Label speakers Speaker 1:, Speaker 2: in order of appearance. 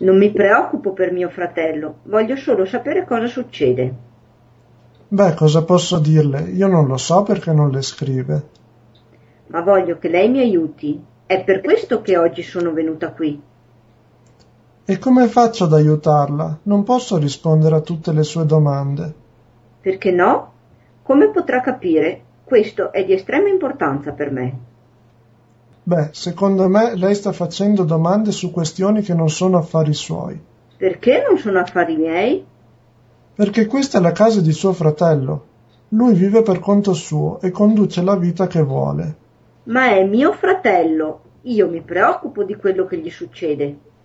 Speaker 1: Non mi preoccupo per mio fratello, voglio solo sapere cosa succede.
Speaker 2: Beh, cosa posso dirle? Io non lo so perché non le scrive.
Speaker 1: Ma voglio che lei mi aiuti. È per questo che oggi sono venuta qui.
Speaker 2: E come faccio ad aiutarla? Non posso rispondere a tutte le sue domande.
Speaker 1: Perché no? Come potrà capire, questo è di estrema importanza per me.
Speaker 2: Beh, secondo me lei sta facendo domande su questioni che non sono affari suoi.
Speaker 1: Perché non sono affari miei?
Speaker 2: Perché questa è la casa di suo fratello. Lui vive per conto suo e conduce la vita che vuole.
Speaker 1: Ma è mio fratello. Io mi preoccupo di quello che gli succede.